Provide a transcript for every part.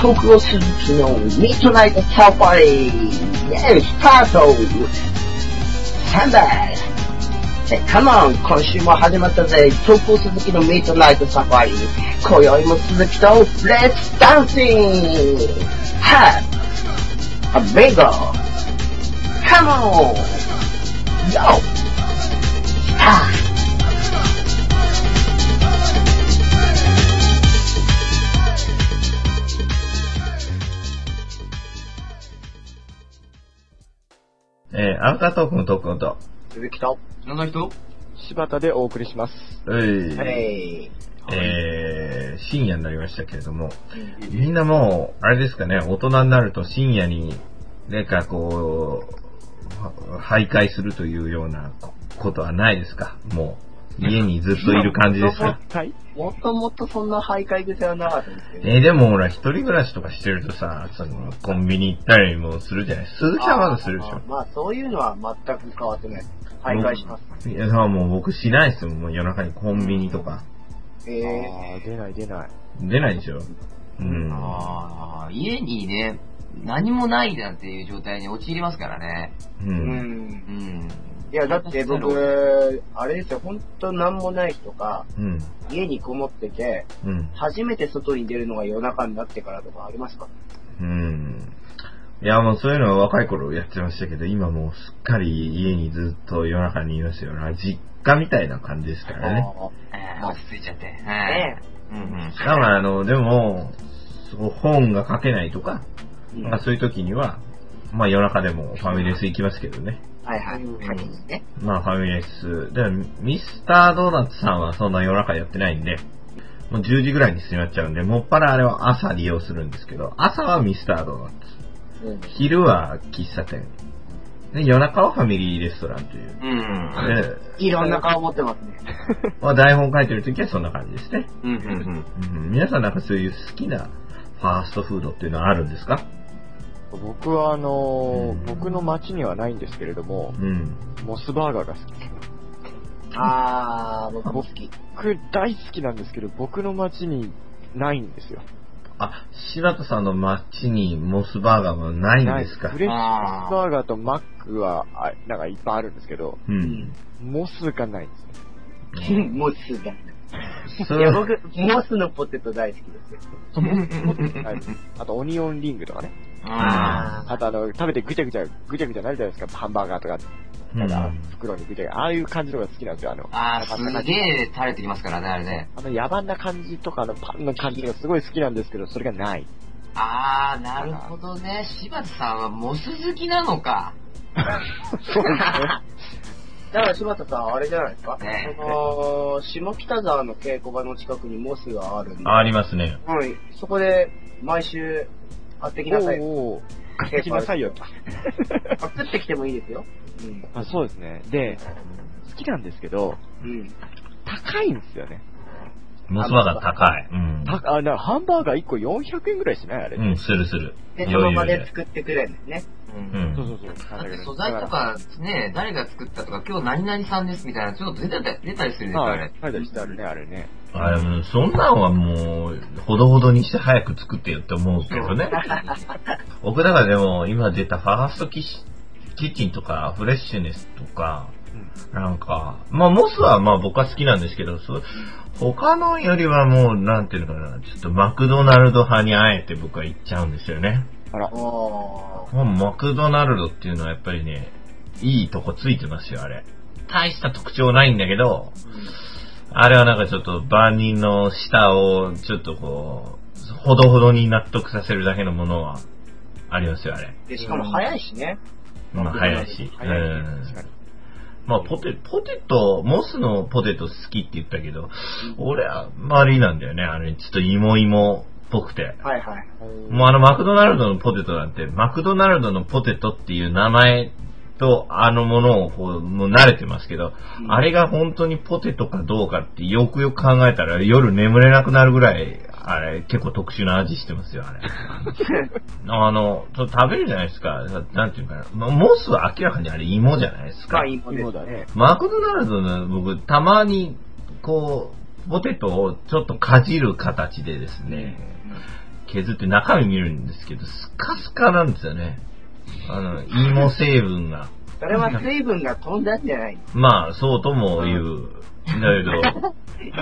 徳を鈴木のミッドナイトサファリ、イェイ、スタートサンダーえ、カモン、今週も始まったぜ、徳を鈴木のミッドナイトサファリ、今宵も鈴木と、レッツダンシングハッアビンゴカモンヨースターえー、アンカートークのトークンと、鈴木と、知らない人柴田でお送りします。ういええー、深夜になりましたけれども、みんなもう、あれですかね、大人になると深夜に、なんかこう、は徘徊するというようなこことはないですかもう、家にずっといる感じですかはい。ー、もともとそんな徘徊癖はなかったんですけど、えーでもほら、一人暮らしとかしてるとさ、その、コンビニ行ったりもするじゃない鈴木さんはまだするでしあょーまあ、そういうのは全く変わってない。徘徊します。いや、だからもう僕しないですよ。もう夜中にコンビニとか。ええあー出ない出ない。出ないでしょうん。ああ、家にね、何もないなんていう状態に陥りますからね。う。うんんう。ん。いや、だって僕、あれですよ、ほんと何もない日とか、うん。家にこもってて、うん。初めて外に出るのが夜中になってからとかありますかうん。いや、もうそういうのは若い頃やってましたけど、今もうすっかり家にずっと夜中にいますよな。実家みたいな感じですからね。あー落ち着いちゃって。はい。ねうんうんだ。から、あの、でも、そう本が書けないとか、え。まあそういう時には、まあ夜中でもファミレス行きますけどね。はいはい。うん先にね。まあファミレス。でも、ミスタードーナツさんはそんな夜中やってないんで、もう10時ぐらいに閉まっちゃうんで、もっぱらあれは朝利用するんですけど、朝はミスタードーナツ。うん。昼は喫茶店。で、夜中はファミリーレストランという。うん。で、いろんな顔持ってますね。まあ台本書いてる時はそんな感じですね。うんうんうん、皆さんなんかそういう好きなファーストフードっていうのはあるんですか僕はあのーうん僕の街にはないんですけれども、うん。モスバーガーが好き。あー、僕も好き。僕大好きなんですけど、僕の街にないんですよ。あ、柴田さんの街にモスバーガーはないんですかフレッシュモあースバーガーとマックは、あなんかいっぱいあるんですけど、うん。モスがない んですよ。モスが。そいれや、は、僕、モスのポテト大好きですよ。うんうん。はいあと、オニオンリングとかね。あああと、あの、食べてぐちゃぐちゃ、ぐちゃぐちゃなるじゃないですか。ハンバーガーとか、うなんかん、袋にぐちゃぐちゃ。ああいう感じのが好きなんですよ。あのー、あー、すげえ垂れてきますからね、あれね。あの野蛮な感じとかのパンの感じがすごい好きなんですけど、それがない。ああ、なるほどね。柴田さんはモス好きなのか。そうですね。だから柴田さん、あれじゃないですか、ねその、下北沢の稽古場の近くにモスがあるんで、ありますね。はい、そこで毎週買ってきなさい。おうおう買ってきなさいよ。買ってきてもいいですよ。うん。あそうですね。で、好きなんですけど、うん。高いんですよね。モスバーガー高い。うん。たあなハンバーガー1個400円ぐらいしないあれ。うん、するする。で、余その場裕でで。作ってくれるんですね。うう。。そうんそうそう。だって素材とかね、誰が作ったとか、今日何々さんですみたいな、ちょっと出たり出たりするんですよ、あはいれ。。書いたりしてあるね、あれね。あれ、もうそんなんはもう、ほどほどにして早く作ってよって思うけどね。 僕だからでも、今出たファーストキッチキッチンとか、フレッシュネスとか、なんか、まあ、モスはまあ僕は好きなんですけど、そ他のよりはもう、なんていうのかな、ちょっとマクドナルド派にあえて僕は行っちゃうんですよね。あら、おー。もうマクドナルドっていうのはやっぱりね、いいとこついてますよ、あれ。大した特徴ないんだけど、あれはなんかちょっと万人の舌をちょっとこう、ほどほどに納得させるだけのものはありますよ、あれ。で、しかも早いしね。まあ、早いし。う早いねん確。かに。まあ、ポテ、ポテト、モスのポテト好きって言ったけど、俺はあんまりなんだよね。あれ、ちょっと芋芋っぽくて。はいはい。もうあの、マクドナルドのポテトなんて、マクドナルドのポテトっていう名前と、あのものをこう、もう慣れてますけど、うんあれが本当にポテトかどうかってよくよく考えたら、夜眠れなくなるぐらい、あれ、結構特殊な味してます よ、あれ。あの、ちょっと食べるじゃないですか。なんていうかな。まモスは明らかにあれ芋じゃないですか深。い芋です芋。だね。マクドナルドの僕、たまに、こう、ポテトをちょっとかじる形でですね、削って中身見るんですけど、スカスカなんですよね。あの、芋成分が。 それは水分が飛んだんじゃないまあ、そうとも言う。だ けど、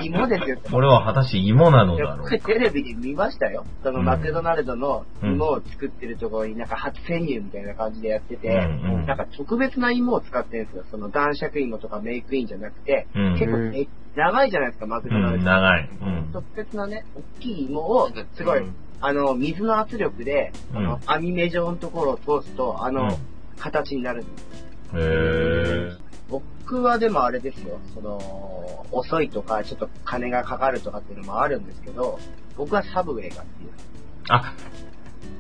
芋ですよ。これは果たして芋なのいだやろこうれテレビで見ましたよ。そのうんマクドナルドの芋を作ってるところになんか初潜入みたいな感じでやってて、うんうんなんか特別な芋を使ってるんですよ。その男爵芋とかメイクインじゃなくて、うん結構め長いじゃないですか、マクうドナん、ルド。長い。うん。特別なね、大きい芋を、すごい、あの、水の圧力で、あうのん、網目状のところを通すと、あの、形になるんです。うんへえ。僕はでもあれですよ、その、遅いとか、ちょっと金がかかるとかっていうのもあるんですけど、僕はサブウェイが好きです。あ、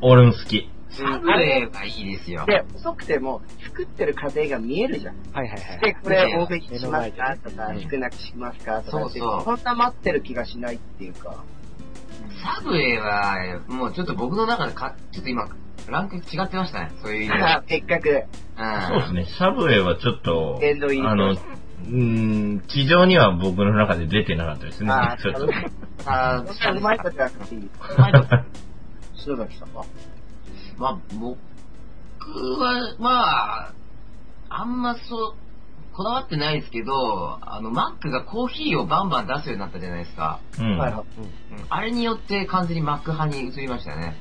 俺も好き。サブウェイがいいですよ。で、遅くても、作ってる過程が見えるじゃん。はいはいはい。で、これ、多めに目しのます前でかねとか、少なくしますかとかって、そうそうこんな待ってる気がしないっていうか。サブウェイは、もうちょっと僕の中でか、ちょっと今、ランク違ってましたね。 そういう意味では。せっかく、そ うですうん。ね、サブウェイはちょっと、殿堂入りあの、うーん、地上には僕の中で出てなかったですねあ。ちょっと。あそんなーうまいことやっていい。篠崎さんはまあ、僕は、まあ、あんまそう、こだわってないですけど、あの、マックがコーヒーをバンバン出すようになったじゃないですか。うん。はいはうんあれによって完全にマック派に移りましたね。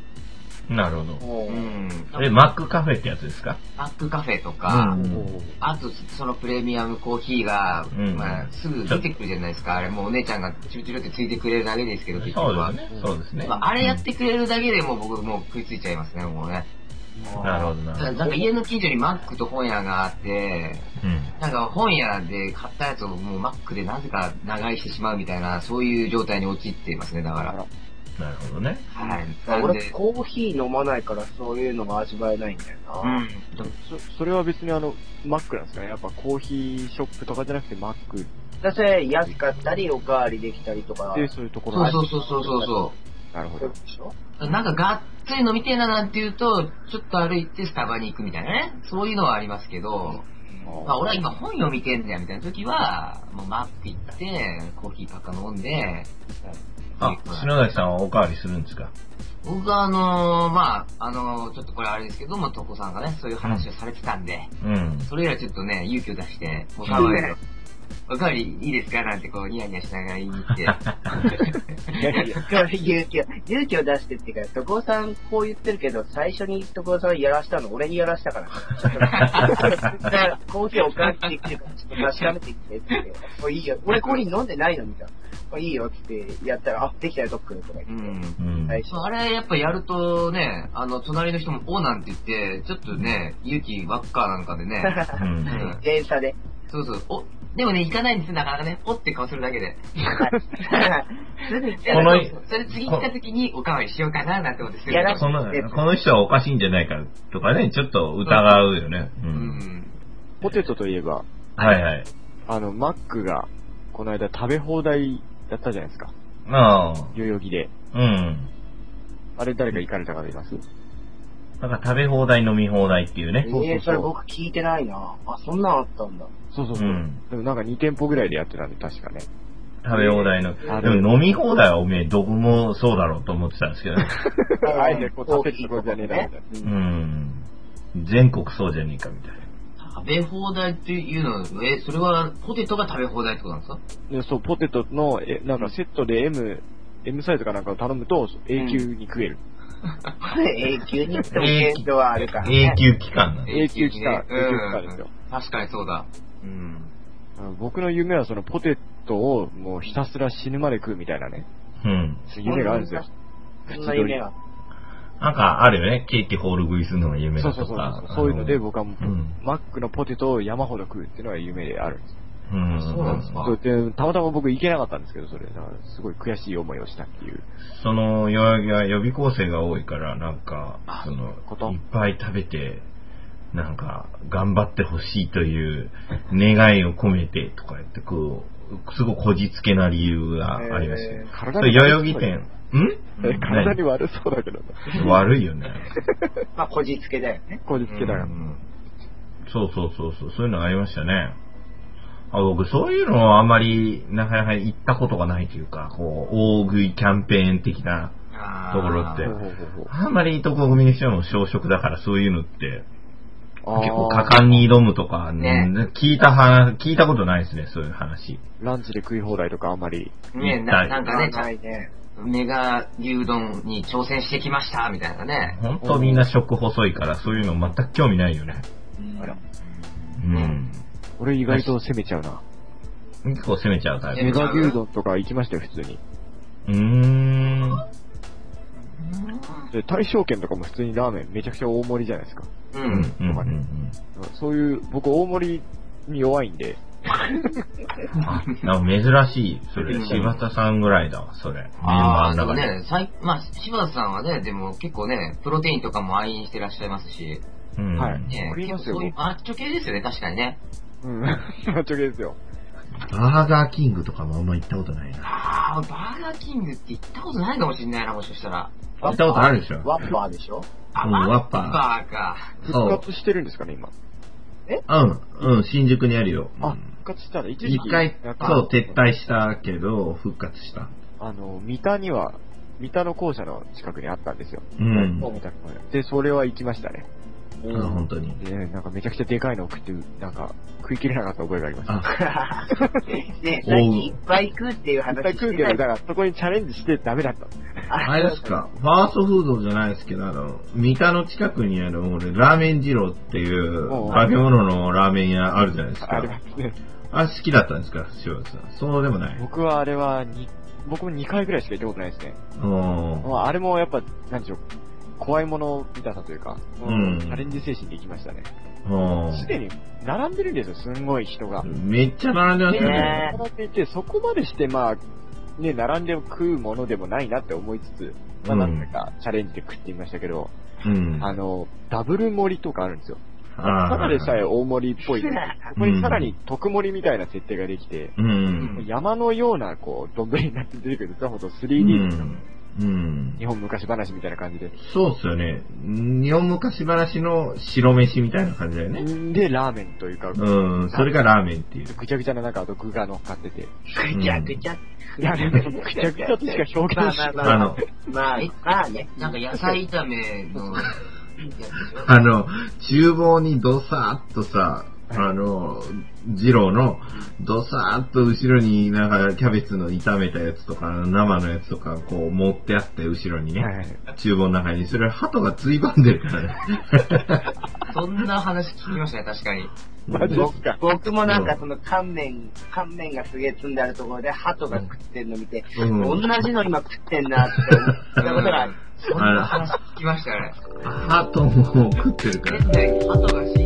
なるほどい。。もうう、ん。え、マックカフェってやつですかマックカフェとうか、んあと、そのプレミアムコーヒーが、うんまあ、すぐ出てくるじゃないですか。あれ、もうお姉ちゃんがチュルチュルってついてくれるだけですけど、結そ局うは。ですね。そうですね。まあ、あれやってくれるだけでもう僕もう食いついちゃいますね、もうね。うん。なるほどな。ただなんか家の近所にマックと本屋があって、うん。なんか本屋で買ったやつをもうマックでなぜか長居してしまうみたいな、そういう状態に陥っていますね、だかあら。らなるほどね。はい。なん俺、で、コーヒー飲まないから、そういうのが味わえないんだよな。うん。そそれは別にあの、マックなんですかねやっぱコーヒーショップとかじゃなくてマックっだって、安かったり、おかわりできたりとか。ていうそういうところそうがそうそうそうそうそなるほそうどで。しょう。なんかがっつり飲みてえななんて言うと、ちょっと歩いてスタバに行くみたいなね。そういうのはありますけど、まあ俺は今本読みてんだよみたいな時は、もうマック行って、コーヒーパッカ飲んで、あ、篠崎さんはおかわりするんですか僕はあのーまあ、あのーちょっとこれあれですけども、トコさんがね、そういう話をされてたんで、うん。それ以来ちょっとね、勇気を出して、お かわり、おかわりいいですかなんてこう、ニヤニヤしながら言いに行って。いやいや勇気を、勇気を出してっていうか、徳尾さんこう言ってるけど、最初に徳尾さんがやらしたの、俺にやらしたから。 ちょっとコーヒーおかわりできるから、ちょっと確かめてきてって言って。もういいよ。俺コーヒー飲んでないのみたいな。もういいよってってやったら、あ、できたよ、ドックとか言うって。ん。うん。最初そうあれやっぱやるとね、あの、隣の人も、おうなんて言って、ちょっとね、勇気ばっかなんかでね、うん。うん電車で。そうそう、お、でもね、行かないんですよ、なかなかね、おって顔するだけで。 すぐ行ったこのら、そうそうそれ次行った時に、おかわりしようかな、なんて思ってするやらこの、この人はおかしいんじゃないかとかね、ちょっと疑うよね。う。うんん。ポテトといえば、はいはい。あの、マックが、この間食べ放題だったじゃないですか。ああ、代々木で。うん。あれ誰か行かれた方いますなんか食べ放題飲み放題っていうね。そうそうそうえー、それ僕聞いてないなあ、そんなんあったんだ。そうそううそう。ん。でもなんか2店舗ぐらいでやってたんで、確かね。食べ放題の。あでるも飲み放題はおめえどこもそうだろうと思ってたんですけど ね。あえてこう食べるとこじゃねえなみたいなううんん。全国そうじゃねえかみたいな。食べ放題っていうのは、え、それはポテトが食べ放題ってことなんですかでそう、ポテトの、え、なんかセットで M、M サイズかなんかを頼むと、永久に食える。永久にっても現状はあるからね永。久期間なんで。永久期間、うん永久期間ですよ。確かにそうだ。うん。あの僕の夢はそのポテトをもうひたすら死ぬまで食うみたいなね、うん。夢があるんですよ。そんな夢が。なんかあるよね。ケーキホール食いするのが夢そだうそうとそかう。。そういうので僕はもう、うんマックのポテトを山ほど食うっていうのが夢であるんです。あのうん。そうなんですかそうでたまたま僕行けなかったんですけど、それ。だからすごい悔しい思いをしたっていう。その、代々木は予備校生が多いから、なんかあ、そのこと、いっぱい食べて、なんか、頑張ってほしいという願いを込めてとか言って、こう、すごいこじつけな理由がありましたね。そ体れに代々悪木そうだよ店、んえ体に悪そうだけど、悪いよね。まあ、こじつけだよね。こじつけだからう。んそうそうそうそう、そういうのありましたね。あ僕、そういうのはあんまり、なかなか行ったことがないというか、こう、大食いキャンペーン的なあーところってほうほうほうほうあんまりいいとこコミュニケーションも小食だからそういうのって、あー結構果敢に挑むとか、ねね聞いた話、聞いたことないですね、そういう話。ランチで食い放題とかあんまり。ねななんかね、ちゃんいね。メガ牛丼に挑戦してきました、みたいなね。本当みんな食細いから、そういうの全く興味ないよね。あらうん。俺意外と攻めちゃうな。結構攻めちゃうタイ攻メめちゃガう牛丼とか行きましたよ、普通に。プ。うーん。で、大正券とかも普通にラーメンめちゃくちゃ大盛りじゃないですか。う。うんん、うん、うん。そういう、僕大盛りに弱いんで、あ、なんか珍しい。それ、柴田さんぐらいだわ、それ。メンあバあ、ーでのも中で。ね、さいまあ、柴田さんはね、でも結構ね、プロテインとかも愛飲してらっしゃいますし、うん。はいね、食いますよ結構そういうマッチョ系ですよね、確かにね。うん、 マッチョゲーですよ。バーガーキングとかもあんま行ったことないな。ああ、バーガーキングって行ったことないかもしれないな、もしかしたら。行ったことあるでしょ。ワッパーでしょあ、うんワッパーバーか。そう復活してるんですかね、今。うん、うん、新宿にあるよ。うあ、ん復活したら、一時期。一回なん、かそう、撤。退したけど、復活した。あの、三田には、三田の校舎の近くにあったんですよ。うん。三田の校舎で、それは行きましたね。うあ本当に。で、なんかめちゃくちゃでかいのを食って、なんか、食い切れなかった覚えがありました。あ、ね最近いっぱい食うっていう話絶対食うけしてど、なだいからそこにチャレンジしてダメだった。あれですか、ファーストフードじゃないですけど、あの、三田の近くにある、俺、ラーメン二郎っていう、おう化け物のラーメン屋あるじゃないですあれはか。ね。あ、好きだったんですか、塩田さん。そうでもない。僕はあれはに、僕も2回ぐらいしか行ったことないですね。まうあ、あれもやっぱ、なんでしょう、怖いもの見たさというか、うんチャレンジ精神で行きましたね。ん。すでに、並んでるんですよ、すんごい人が。うん。めっちゃ並んでましたね。ね並んでいて、そこまでして、まあ、ね、並んで食うものでもないなって思いつつ、まあ、うんなんだかチャレンジで食ってみましたけど、うん。あの、ダブル盛りとかあるんですよ。あーただでさえ大盛りっぽい。そこにさらに特盛りみたいな設定ができて、うん。うん山のような、こう、丼になって出てくるんですよ、ほんとう 3D の、ん。うん日。本昔話みたいな感じで。そうっすよね。日本昔話の白飯みたいな感じだよね。で、ラーメンというか、うん。それがラーメンっていう。ぐちゃぐちゃな中、あと具が乗っかってて。ぐちゃぐちゃ。いや、でもぐちゃぐちゃとしか表まあ現しまあない。まああまのあ。、まあまあね。なんか野菜炒めの、やつでしょあの、厨房にどさーっとさ、あの、二郎のどさーっと後ろになんかキャベツの炒めたやつとか生のやつとかこう持ってあって後ろにね、はい厨房の中にそれ鳩がついばんでるからね。そんな話聞きましたね、確かに。 マジですか。僕もなんかその乾麺、乾麺がすげえ積んであるところで鳩が食ってるの見て、うん同じの今食ってんなって思 ったことがある。そんな話聞きましたね。鳩も食ってるから絶対、鳩が死ん